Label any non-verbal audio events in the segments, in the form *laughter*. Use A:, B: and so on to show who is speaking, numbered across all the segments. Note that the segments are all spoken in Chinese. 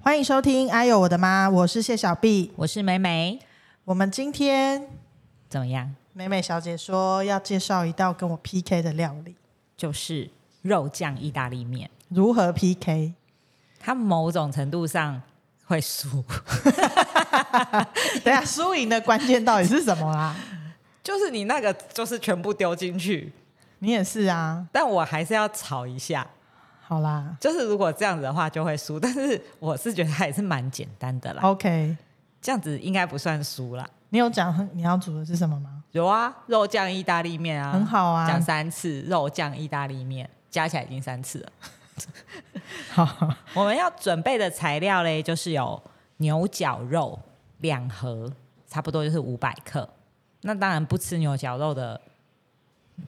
A: 欢迎收听《哎呦我的妈》，我是谢小碧。
B: 我是美美，
A: 我们今天
B: 怎么样？
A: 美美小姐说要介绍一道跟我 PK 的料理，
B: 就是肉酱意大利面，
A: 如何 PK？
B: 它某种程度上会输，
A: *laughs* 等一下输赢的关键到底是什么啊啦？
B: *laughs* 就是你那个就是全部丢进去，
A: *laughs* 你也是啊，
B: 但我还是要炒一下。
A: 好啦
B: 就是如果这样子的话就会输，但是我是觉得还是蛮简单的啦，
A: ，OK。
B: 这样子应该不算输啦。
A: 你有讲你要煮的是什么吗？
B: 有啊，肉酱意大利面啊，
A: 很好啊
B: 讲三次肉酱意大利面，加起来已经三次了。
A: 好，
B: *laughs* 我们要准备的材料嘞，就是有牛角肉两盒，差不多就是五百克。那当然不吃牛角肉的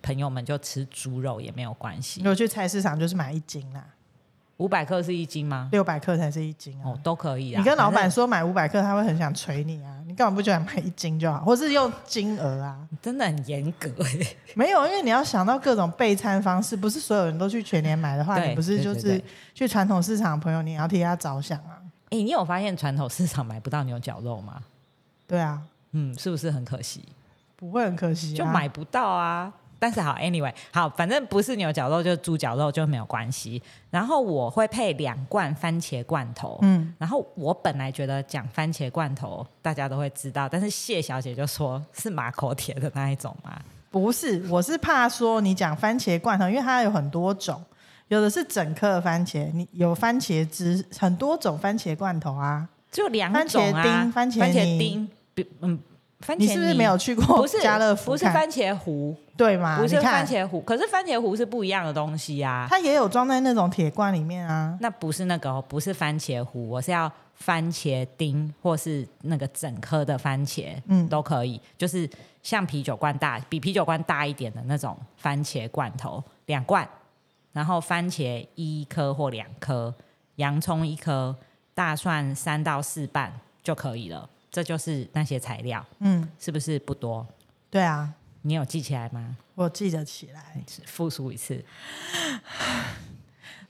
B: 朋友们就吃猪肉也没有关系。
A: 我去菜市场就是买一斤啦，
B: 五百克是一斤吗？
A: 六百克才是一斤啊。
B: 哦，都可以啊。
A: 你跟老板
B: 反
A: 说买五百克，他会很想捶你啊！你干嘛不觉得买一斤就好，或是用金额啊？
B: 正真的很严格欸 *laughs*
A: 没有，因为你要想到各种备餐方式，不是所有人都去全年买的话，
B: 对
A: 你不是就
B: 对对
A: 是
B: 对
A: 去传统市场的朋友，你也要替他着想啊。
B: 哎、你有发现传统市场买不到牛角肉吗？
A: 对啊，
B: 嗯，是不是很可惜？
A: 不会很可惜、啊，
B: 就买不到啊。但是好，anyway，好，反正不是牛角肉就是猪脚肉就没有关系。然后我会配两罐番茄罐头，
A: 嗯，
B: 然后我本来觉得讲番茄罐头大家都会知道，但是谢小姐就说是马口铁的那一种嘛，
A: 不是，我是怕说你讲番茄罐头，因为它有很多种，有的是整颗的番茄，你有番茄汁，很多种番茄罐头啊。
B: 就两种
A: 番茄
B: 啊，
A: 丁番茄
B: 番
A: 泥
B: 茄丁，比嗯，番茄
A: 你是不是
B: 泥
A: 没有去过
B: 不是
A: 家乐福
B: 不是
A: 看
B: 番茄糊，
A: 对嘛？
B: 不
A: 你
B: 是
A: 看，
B: 番茄糊，可是番茄糊是不一样的东西啊。
A: 它也有装在那种铁罐里面啊。
B: 那不是那个、哦，不是番茄糊，我是要番茄丁或是那个整颗的番茄，
A: 嗯
B: 嗯，都可以，就是像啤酒罐大，比啤酒罐大一点的那种番茄罐头，两罐，然后番茄一颗或两颗，洋葱一颗，大蒜三到四瓣就可以了。这就是那些材料，
A: 嗯，
B: 是不是不多？
A: 对啊，
B: 你有记起来吗？
A: 我记得起来，
B: 复述一次，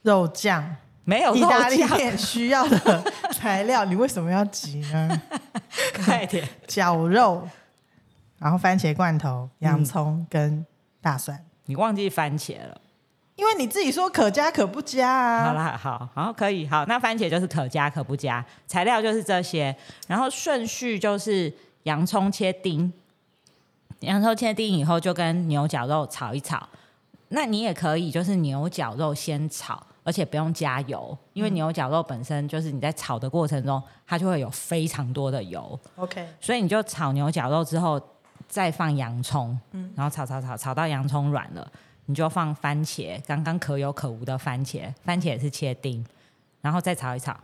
A: 肉酱。
B: 没有
A: 意
B: 肉
A: 大利 *laughs*
B: 酱， *laughs*
A: 面需要的材料，你为什么要急
B: *laughs*
A: 呢？
B: 快点，
A: 绞肉，然后番茄罐头、
B: 嗯
A: 洋葱跟大蒜，
B: 你忘记番茄了。
A: 因为你自己说可加可不加
B: 好
A: 啊。
B: 啦，好，好，可以，好，那番茄就是可加可不加，材料就是这些，然后顺序就是洋葱切丁，洋葱切丁以后就跟牛角肉炒一炒，那你也可以就是牛角肉先炒，而且不用加油，因为牛角肉本身就是你在炒的过程中，它就会有非常多的油，
A: OK，
B: 所以你就炒牛角肉之后，再放洋葱，
A: 嗯
B: 然后炒炒炒炒到洋葱软了，你就放番茄，刚刚可有可无的番茄，番茄也是切丁，然后再炒一炒，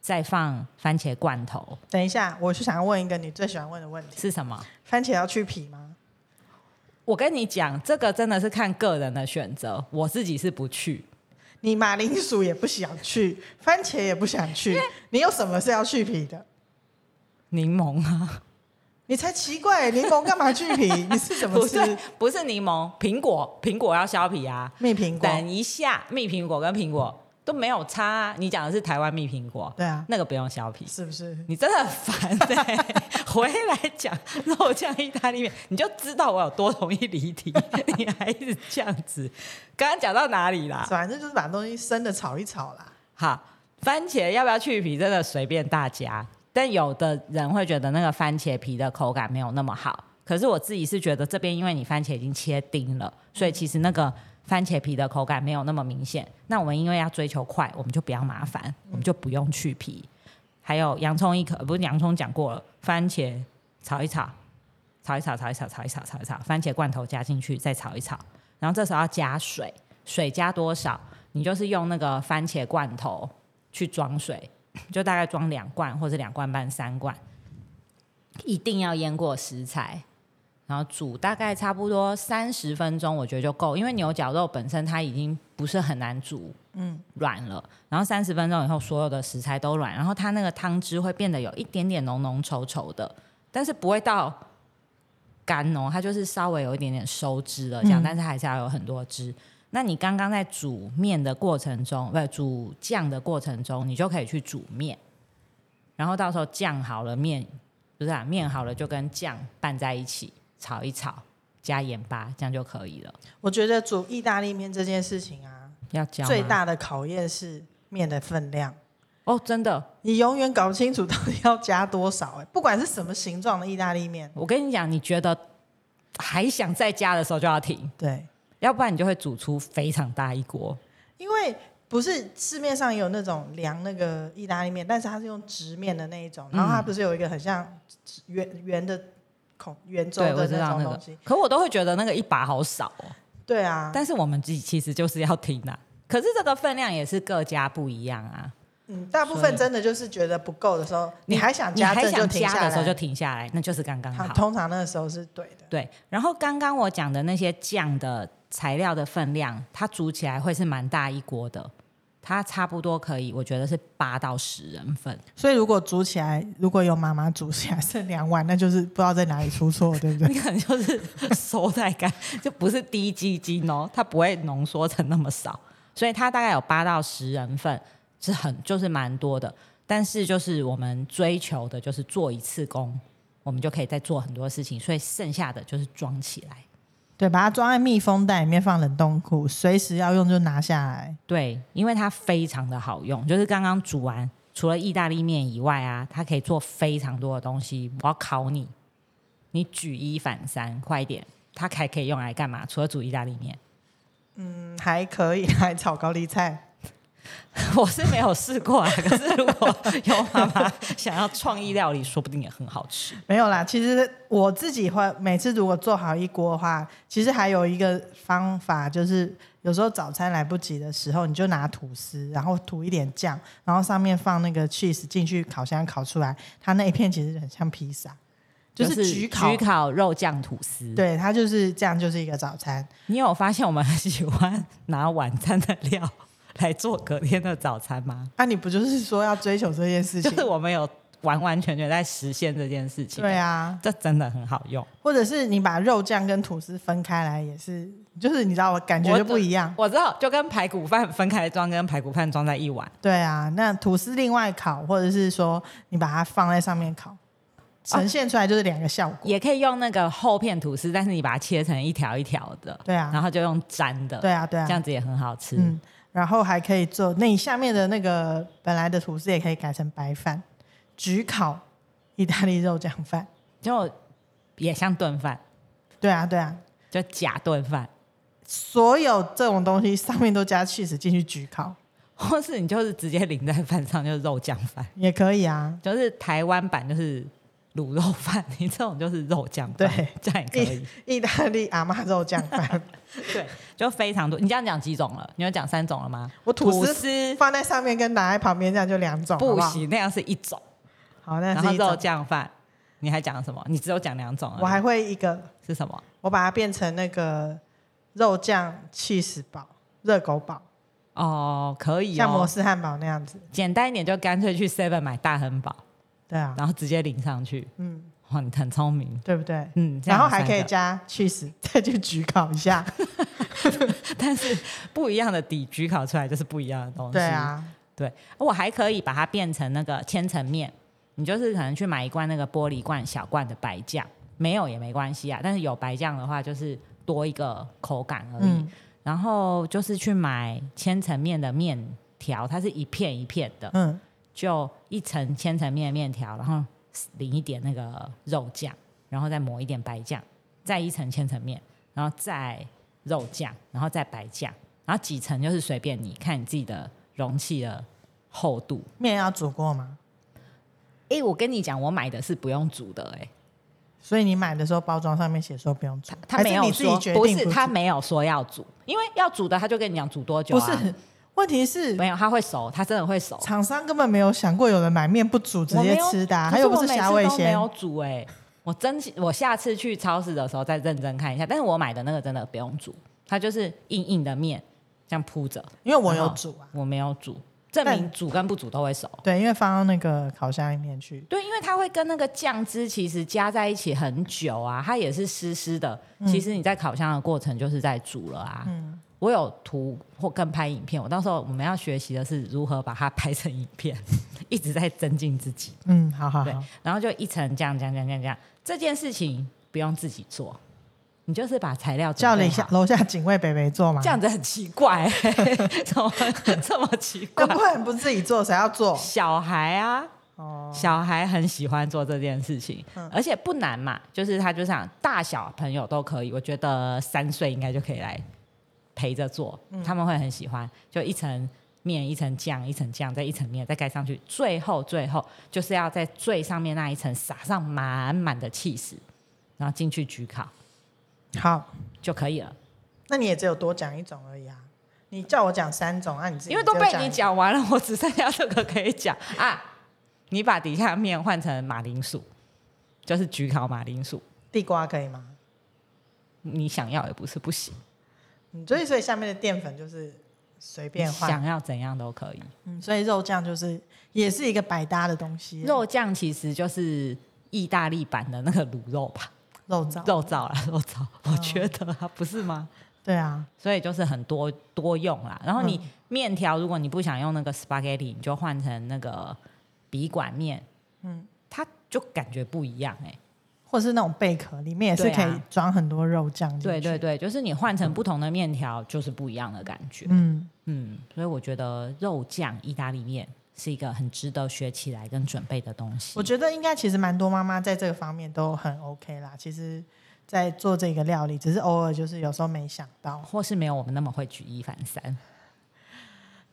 B: 再放番茄罐头
A: 等一下，我就想要问一个你最喜欢问的问题：
B: 是什么？
A: 番茄要去皮吗？
B: 我跟你讲，这个真的是看个人的选择，我自己是不去，
A: 你马铃薯也不想去，番茄也不想去，你有什么是要去皮的？
B: 柠檬啊，
A: 你才奇怪，柠檬干嘛去皮？你是怎么
B: 不
A: 吃
B: 是不是柠檬，苹果苹果要削皮啊，
A: 蜜苹果？
B: 等一下蜜苹果跟苹果都没有差、啊，你讲的是台湾蜜苹果，
A: 对啊，
B: 那个不用削皮。
A: 是不是？
B: 你真的很烦哎、 *laughs* 回来讲肉酱意大利面，你就知道我有多容易离题， *laughs* 你还一直这样子。刚刚讲到哪里啦？
A: 反正就是把东西生的炒一炒啦。
B: 好，番茄要不要去皮？真的随便大家。但有的人会觉得那个番茄皮的口感没有那么好，可是我自己是觉得这边因为你番茄已经切丁了，所以其实那个番茄皮的口感没有那么明显。那我们因为要追求快，我们就不要麻烦，我们就不用去皮。还有洋葱一颗，不是洋葱讲过了，番茄炒一炒，炒一炒，炒一炒，炒一炒，炒一炒，番茄罐头加进去，再炒一炒，然后这时候要加水，水加多少？你就是用那个番茄罐头去装水， *coughs* 就大概装两罐或者两罐半、三罐，一定要腌过食材，然后煮大概差不多三十分钟，我觉得就够，因为牛角肉本身它已经不是很难煮，嗯，软了。然后三十分钟以后，所有的食材都软，然后它那个汤汁会变得有一点点浓浓稠稠的，但是不会到干哦，它就是稍微有一点点收汁了这样，
A: 嗯
B: 但是还是要有很多汁。那你刚刚在煮面的过程中，不是煮酱的过程中，你就可以去煮面，然后到时候酱好了面，不是啊，面好了就跟酱拌在一起炒一炒，加盐巴，这样就可以了。
A: 我觉得煮意大利面这件事情啊，
B: 要加吗
A: 最大的考验是面的分量。
B: 哦，真的，
A: 你永远搞不清楚到底要加多少、哎，不管是什么形状的意大利面，
B: 我跟你讲，你觉得还想再加的时候就要停，
A: 对，
B: 要不然你就会煮出非常大一锅。
A: 因为不是市面上有那种量那个意大利面，但是它是用直面的那一种，然后
B: 嗯
A: 它不是有一个很像圆圆的孔圆周
B: 对，我
A: 的
B: 知道
A: 种
B: 那
A: 东
B: 个
A: 西，，
B: 可我都会觉得那个一把好少哦。
A: 对啊，
B: 但是我们自己其实就是要停的、可是这个分量也是各家不一样啊，
A: 嗯，大部
B: 所
A: 分
B: 以
A: 真的就是觉得不够的时候，你还想
B: 你
A: 加，
B: 还
A: 这就
B: 想
A: 停
B: 加
A: 下
B: 的时候就
A: 来。
B: 停下来，那就是刚刚
A: 它
B: 好。
A: 通常那个时候是对的，
B: 对，然后刚刚我讲的那些酱的材料的分量，它煮起来会是蛮大一锅的，它差不多可以，我觉得是八到十人份。 *laughs*
A: 所以如果煮起来，如果有妈妈煮起来 *laughs* 剩两碗，那就是不知道在哪里出错，对不 *laughs* 对？
B: 你可能就是收太干，就不是低基金哦，它不会浓缩成那么少，所以它大概有八到十人份，是很就是蛮多的。但是就是我们追求的就是做一次工，我们就可以再做很多事情，所以剩下的就是装起来。
A: 对，把它装在密封袋里面放冷冻库，随时要用就拿下来。
B: 对，因为它非常的好用，就是刚刚煮完，除了意大利面以外啊，它可以做非常多的东西。我要考你，你举一反三，快一点！它还可以用来干嘛？除了煮意大利面。 *laughs*
A: 嗯，还可以来炒高丽菜。 *laughs*
B: 我是没有试过啊，可是如
A: *laughs*
B: 果有妈妈想要创意料理，说不定也很好吃。
A: 没有啦，其实我自己会每次如果做好一锅的话，其实还有一个方法，就是有时候早餐来不及的时候，你就拿吐司，然后涂一点酱，然后上面放那个 cheese 进去烤箱烤出来，它那一片其实很像披萨，就是焗烤。
B: 焗烤肉酱吐司。，
A: 对，它就是这样，就是一个早餐。
B: 你有发现我们很喜欢拿晚餐的料来做隔天的早餐吗？
A: 啊那、你不就是说要追求这件事
B: *laughs* 就
A: 情？
B: 是我们有完完全全在实现这件事情。
A: 对，啊，
B: 这真的很好用。
A: 或者是你把肉酱跟吐司分开来，也是，就是你知道，我感觉
B: 我
A: 就不一样。
B: 我知道，就跟排骨饭分开装，跟排骨饭装在一碗。
A: 对啊，那吐司另外烤，或者是说你把它放在上面烤，呈现出来就是两个效果。
B: 哦也可以用那个厚片吐司，但是你把它切成一条一条的，
A: 对啊
B: 然后就用粘的，
A: 对啊，对啊
B: 这，样子也很好吃。
A: 嗯，然后还可以做，那你下面的那个本来的吐司也可以改成白饭，焗烤意大利肉酱饭。
B: 就也像炖饭，
A: 对啊，对啊，
B: 就假炖饭，
A: 所有这种东西上面都加 cheese 进去焗烤
B: 或是你就是直接淋在饭上，就是肉酱饭，
A: 也可以啊。
B: 就是台湾版就是卤肉饭，你这种就是肉酱饭，
A: 对，
B: 这样也可以，
A: 意大利阿妈肉酱
B: *laughs*
A: 饭，
B: 对，就非常多。你这样讲几种了？你有讲三种了吗？
A: 我吐司
B: 吐司
A: 放在上面跟拿在旁边这样就两种，好
B: 不
A: 好。
B: 行，那样是一种，
A: 好，那
B: 然
A: 是
B: 后
A: 一
B: 肉
A: 种。
B: 酱饭，你还讲了什么？你只有讲两种而已，
A: 我还会一个
B: 是什么？
A: 我把它变成那个肉酱气死堡、热狗堡，
B: 哦，可以
A: 像摩
B: 哦，
A: 斯汉堡那样子。
B: 简单一点就干脆去 Seven 买大亨堡，
A: 对啊，
B: 然后直接淋上去。
A: 嗯，
B: 哇，你很聪明，
A: 对不对？
B: 嗯，这
A: 然
B: 样
A: 后
B: 有
A: 还
B: 三
A: 可以
B: 个
A: 加 cheese，再 *laughs* 去焗烤一下。
B: 但是不一样的底焗烤出来就是不一样的东西。
A: 对，啊，
B: 对我还可以把它变成那个千层面，你就是可能去买一罐那个玻璃罐小罐的白酱，没有也没关系啊，但是有白酱的话就是多一个口感而已。
A: 嗯
B: 然后就是去买千层面的面条，它是一片一片的，
A: 嗯，
B: 就一层千层面的面条，然后淋一点那个肉酱，然后再抹一点白酱，再一层千层面，然后再肉酱，然后再白酱，然后几层就是随便你看你自己的容器的厚度。
A: 面要煮过吗？
B: 诶，哎我跟你讲，我买的是不用煮的、哎诶，
A: 所以你买的时候包装上面写说不用煮，
B: 他
A: 还
B: 没
A: 是
B: 有
A: 你自己
B: 说
A: 决定
B: 不
A: 煮
B: 是，他没有说要煮，因为要煮的他就跟你讲煮多久、
A: 不
B: 啊，
A: 是？问题是
B: 没有，他会熟，他真的会熟。
A: 厂商根本没有想过有人买面不煮直
B: 我没
A: 接
B: 有
A: 吃的啊、
B: 可
A: 还有不
B: 我
A: 是
B: 每
A: 虾
B: 次
A: 味
B: 都没
A: 鲜？
B: 有煮哎、我真心我下次去超市的时候再认真看一下。但是我买的那个真的不用煮，它就是硬硬的面这样铺着，
A: 因为我有
B: 然后
A: 煮啊，
B: 我没有煮，证明
A: 但
B: 煮跟不煮都会熟。
A: 对，因为放到那个烤箱里面去，
B: 对，因为它会跟那个酱汁其实加在一起很久啊，它也是湿湿的。
A: 嗯
B: 其实你在烤箱的过程就是在煮了啊。我有图或跟拍影片，我到时候我们要学习的是如何把它拍成影片， *laughs* 一直在增进自己。
A: 嗯，好好
B: 对
A: 好，，
B: 然后就一层这样这样这样这样这样，这件事情不用自己做，你就是把材料准
A: 叫了
B: 备
A: 一下
B: 好
A: 楼下警卫北北做嘛，
B: 这样子很奇怪、 *laughs* 怎么这么奇怪
A: 那？不然不自己做，谁要
B: *laughs*
A: 做？
B: 小孩啊，
A: 哦，
B: 小孩很喜欢做这件事情，而且不难嘛，就是他就想大小朋友都可以，我觉得三岁应该就可以来陪着做，他们会很喜欢。就一层面，一层酱，一层酱，再一层面，再盖上去，最后最后就是要在最上面那一层撒上满满的气势，然后进去焗烤
A: 好，
B: 就可以了。
A: 那你也只有多讲一种而已啊。你叫我讲三种，啊，你自己
B: 因为都被
A: 只有
B: 你
A: 一
B: 讲完了，我只剩下这个可以讲啊。你把底下面换成马铃薯，就是焗烤马铃薯。
A: 地瓜可以吗？
B: 你想要也不是不行，
A: 嗯，所以所以下面的淀粉就是随便
B: 你
A: 换，
B: 想要怎样都可以。
A: 嗯，所以肉酱就是也是一个百搭的东西，
B: 肉酱其实就是意大利版的那个卤肉吧，
A: 肉燥，
B: 肉燥啦，肉燥，我觉得啊，不是吗？
A: 对啊，
B: 所以就是很多多用啦。然后你面条，如果你不想用那个 spaghetti，你就换成那个笔管面，
A: 嗯
B: 嗯，它就感觉不一样哎、
A: 或是那种贝壳里面也是
B: 对啊
A: 可以装很多肉酱进去，
B: 对对对，就是你换成不同的面条，就是不一样的感觉。
A: 嗯，
B: 嗯，所以我觉得肉酱意大利面是一个很值得学起来跟准备的东西。
A: 我觉得应该其实蛮多妈妈在这个方面都很 OK 啦，其实。在做这个料理，只是偶尔就是有时候没想到。
B: 或是没有我们那么会举一反三。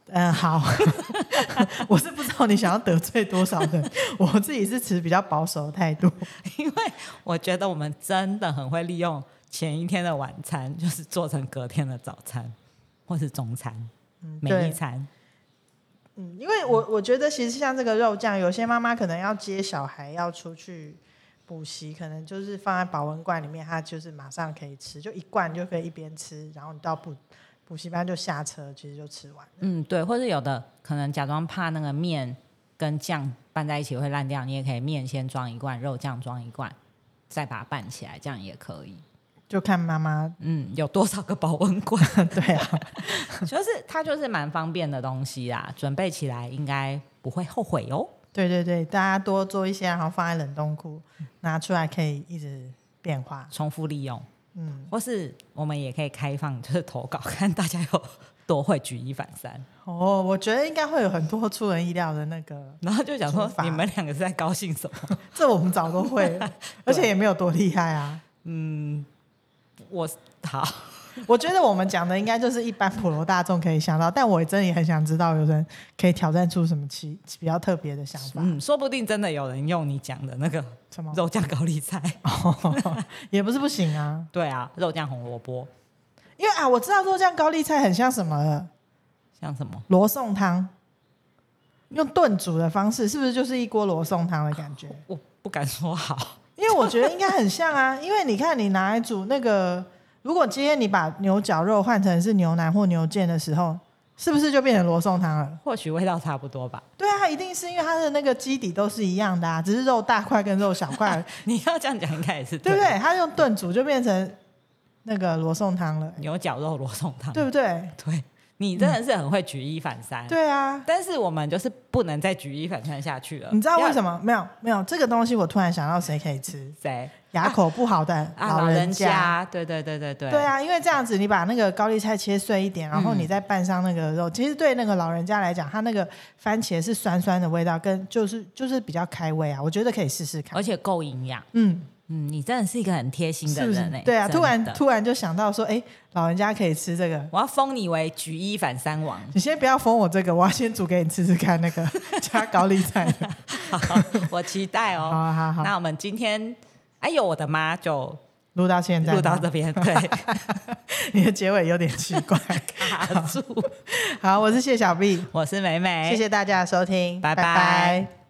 A: 嗯，好， *laughs* 我是不知道你想要得罪多少人，我自己是持比较保守的态度。
B: 我觉得我们真的很会利用前一天的晚餐， *laughs* 就是做成隔天的早餐，或是中餐，每
A: 对
B: 一餐。
A: 嗯，因为我我觉得其实像这个肉酱，有些妈妈可能要接小孩要出去补习，可能就是放在保温罐里面，她就是马上可以吃，就一罐就可以一边吃，然后你到补补习班就下车，其实就吃完。
B: 嗯，对，或是有的可能假装怕那个面跟酱拌在一起会烂掉，你也可以面先装一罐，肉酱装一罐，再把它拌起来，这样也可以。
A: 就看妈妈， *laughs*
B: 嗯，有多少个保温 *laughs* 罐？
A: 对啊，
B: 就是它就是蛮方便的东西啦，准备起来应该不会后悔哦。
A: 对对对，大家多做一些，然后放在冷冻库，拿出来可以一直变化。
B: 重复利用，
A: 嗯，
B: 或是我们也可以开放，就是投稿，看大家有多会举一反三。 *laughs*
A: 哦，我觉得应该会有很多出人意料的那个，
B: 然后就想
A: 出
B: 说，
A: 发
B: 你们两个是在高
A: *laughs*
B: 兴什么？
A: 这我们早都会 *laughs* 了，而且也没有多厉害啊。
B: 我好，
A: 我觉得我们讲的应该就是一般普罗大众可以想到，但我真的也很想知道有人可以挑战出什么奇比较特别的想法，
B: 嗯，说不定真的有人用你讲的那个
A: 什么、
B: 肉酱高丽菜， *laughs*
A: 也不是不行啊。
B: 对啊，肉酱红萝卜，
A: 因为啊，我知道肉酱高丽菜很像什么了
B: 像什么？
A: 罗宋汤，用炖煮的方式，是不是就是一锅罗宋汤的感觉？
B: 我不敢说好， *laughs*
A: 因为我觉得应该很像啊，因为你看你拿来煮那个，如果今天你把牛绞肉换成是牛腩或牛腱的时候，是不是就变成罗宋汤了？
B: 或许味道差不多吧。 *laughs*
A: 对啊，一定是因为它的那个基底都是一样的啊，只是肉大块跟肉小
B: *laughs*
A: 块而已，
B: 你要这样讲，应该也是
A: 对不对？它用炖煮就变成那个罗宋汤了，
B: 牛绞肉罗宋汤，
A: 对不对？
B: 对你真的是很会举一反三。
A: 对啊，
B: 但是我们就是不能再举一反三下去了。
A: 你知道为
B: 么
A: 什么？没有没有这个东西，我突然想到谁可以吃
B: 谁
A: 牙口不好的
B: 啊？老
A: 人
B: 人家，对对对对对，
A: 对啊，因为这样子，你把那个高丽菜切碎一点，然后
B: 嗯
A: 你再拌上那个肉，其实对那个老人家来讲，他那个番茄是酸酸的味道，跟就是就是比较开胃啊，我觉得可以试试看
B: 而。且够营养。
A: 嗯，
B: 嗯，你真的是一个很贴心的
A: 是不是
B: 人哎、？
A: 对啊，
B: 真
A: 突然
B: 的
A: 突然就想到说，哎，老人家可以吃这个。
B: 我要封你为举一反
A: *laughs*
B: 三王。
A: 你先不要封我这个，我要先煮给你吃吃看那个 *laughs* 加高丽菜的。
B: 好，我期待
A: 好
B: 哦。
A: 啊好啊好啊，
B: 那我们今天，哎呦，我的妈就
A: 录到现在吗，
B: 录到这边，对， *laughs*
A: 你的结尾有点奇怪。 *laughs*
B: 卡住。
A: 好，我是谢小碧，
B: 我是美美，
A: 谢谢大家的收听，
B: 哎拜
A: 拜
B: 拜